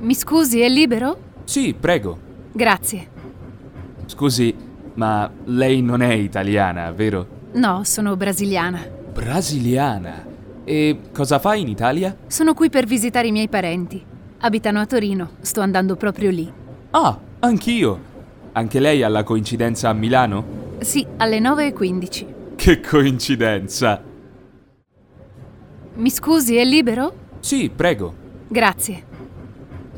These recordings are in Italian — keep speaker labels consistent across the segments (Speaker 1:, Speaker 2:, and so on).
Speaker 1: Mi scusi, è libero?
Speaker 2: Sì, prego.
Speaker 1: Grazie.
Speaker 2: Scusi, ma lei non è italiana, vero?
Speaker 1: No, sono brasiliana.
Speaker 2: Brasiliana. E cosa fa in Italia?
Speaker 1: Sono qui per visitare i miei parenti. Abitano a Torino, sto andando proprio lì.
Speaker 2: Ah, anch'io. Anche lei ha la coincidenza a Milano?
Speaker 1: Sì, alle 9.15.
Speaker 2: Che coincidenza!
Speaker 1: Mi scusi, è libero?
Speaker 2: Sì, prego.
Speaker 1: Grazie.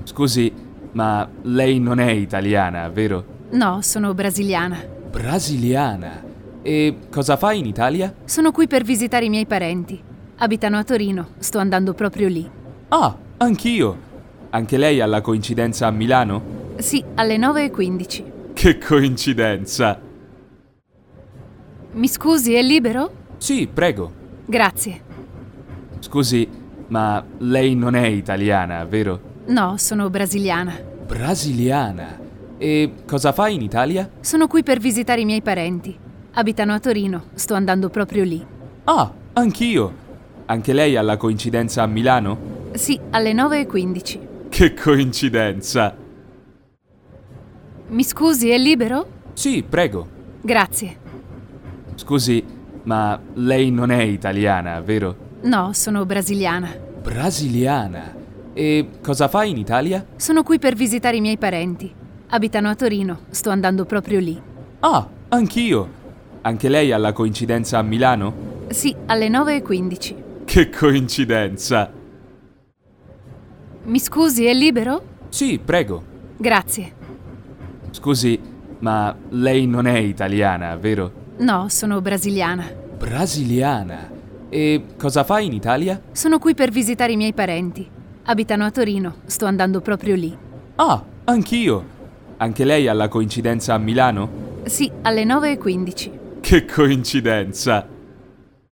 Speaker 2: Scusi, ma lei non è italiana, vero?
Speaker 1: No, sono brasiliana.
Speaker 2: Brasiliana. E cosa fa in Italia?
Speaker 1: Sono qui per visitare i miei parenti. Abitano a Torino, sto andando proprio lì.
Speaker 2: Ah, anch'io. Anche lei ha la coincidenza a Milano?
Speaker 1: Sì, alle 9.15.
Speaker 2: Che coincidenza!
Speaker 1: Mi scusi, è libero?
Speaker 2: Sì, prego.
Speaker 1: Grazie.
Speaker 2: Scusi, ma lei non è italiana, vero?
Speaker 1: No, sono brasiliana.
Speaker 2: Brasiliana. E cosa fa in Italia?
Speaker 1: Sono qui per visitare i miei parenti. Abitano a Torino, sto andando proprio lì.
Speaker 2: Ah, anch'io. Anche lei ha la coincidenza a Milano?
Speaker 1: Sì, alle 9.15.
Speaker 2: Che coincidenza!
Speaker 1: Mi scusi, è libero?
Speaker 2: Sì, prego.
Speaker 1: Grazie.
Speaker 2: Scusi, ma lei non è italiana, vero?
Speaker 1: No, sono brasiliana.
Speaker 2: Brasiliana. E cosa fa in Italia?
Speaker 1: Sono qui per visitare i miei parenti. Abitano a Torino, sto andando proprio lì.
Speaker 2: Ah, anch'io. Anche lei ha la coincidenza a Milano?
Speaker 1: Sì, alle 9.15.
Speaker 2: Che coincidenza!
Speaker 1: Mi scusi, è libero?
Speaker 2: Sì, prego.
Speaker 1: Grazie.
Speaker 2: Scusi, ma lei non è italiana, vero?
Speaker 1: No, sono brasiliana.
Speaker 2: Brasiliana. E cosa fa in Italia?
Speaker 1: Sono qui per visitare i miei parenti. Abitano a Torino, sto andando proprio lì.
Speaker 2: Ah, anch'io. Anche lei ha la coincidenza a Milano?
Speaker 1: Sì, alle 9.15.
Speaker 2: Che coincidenza!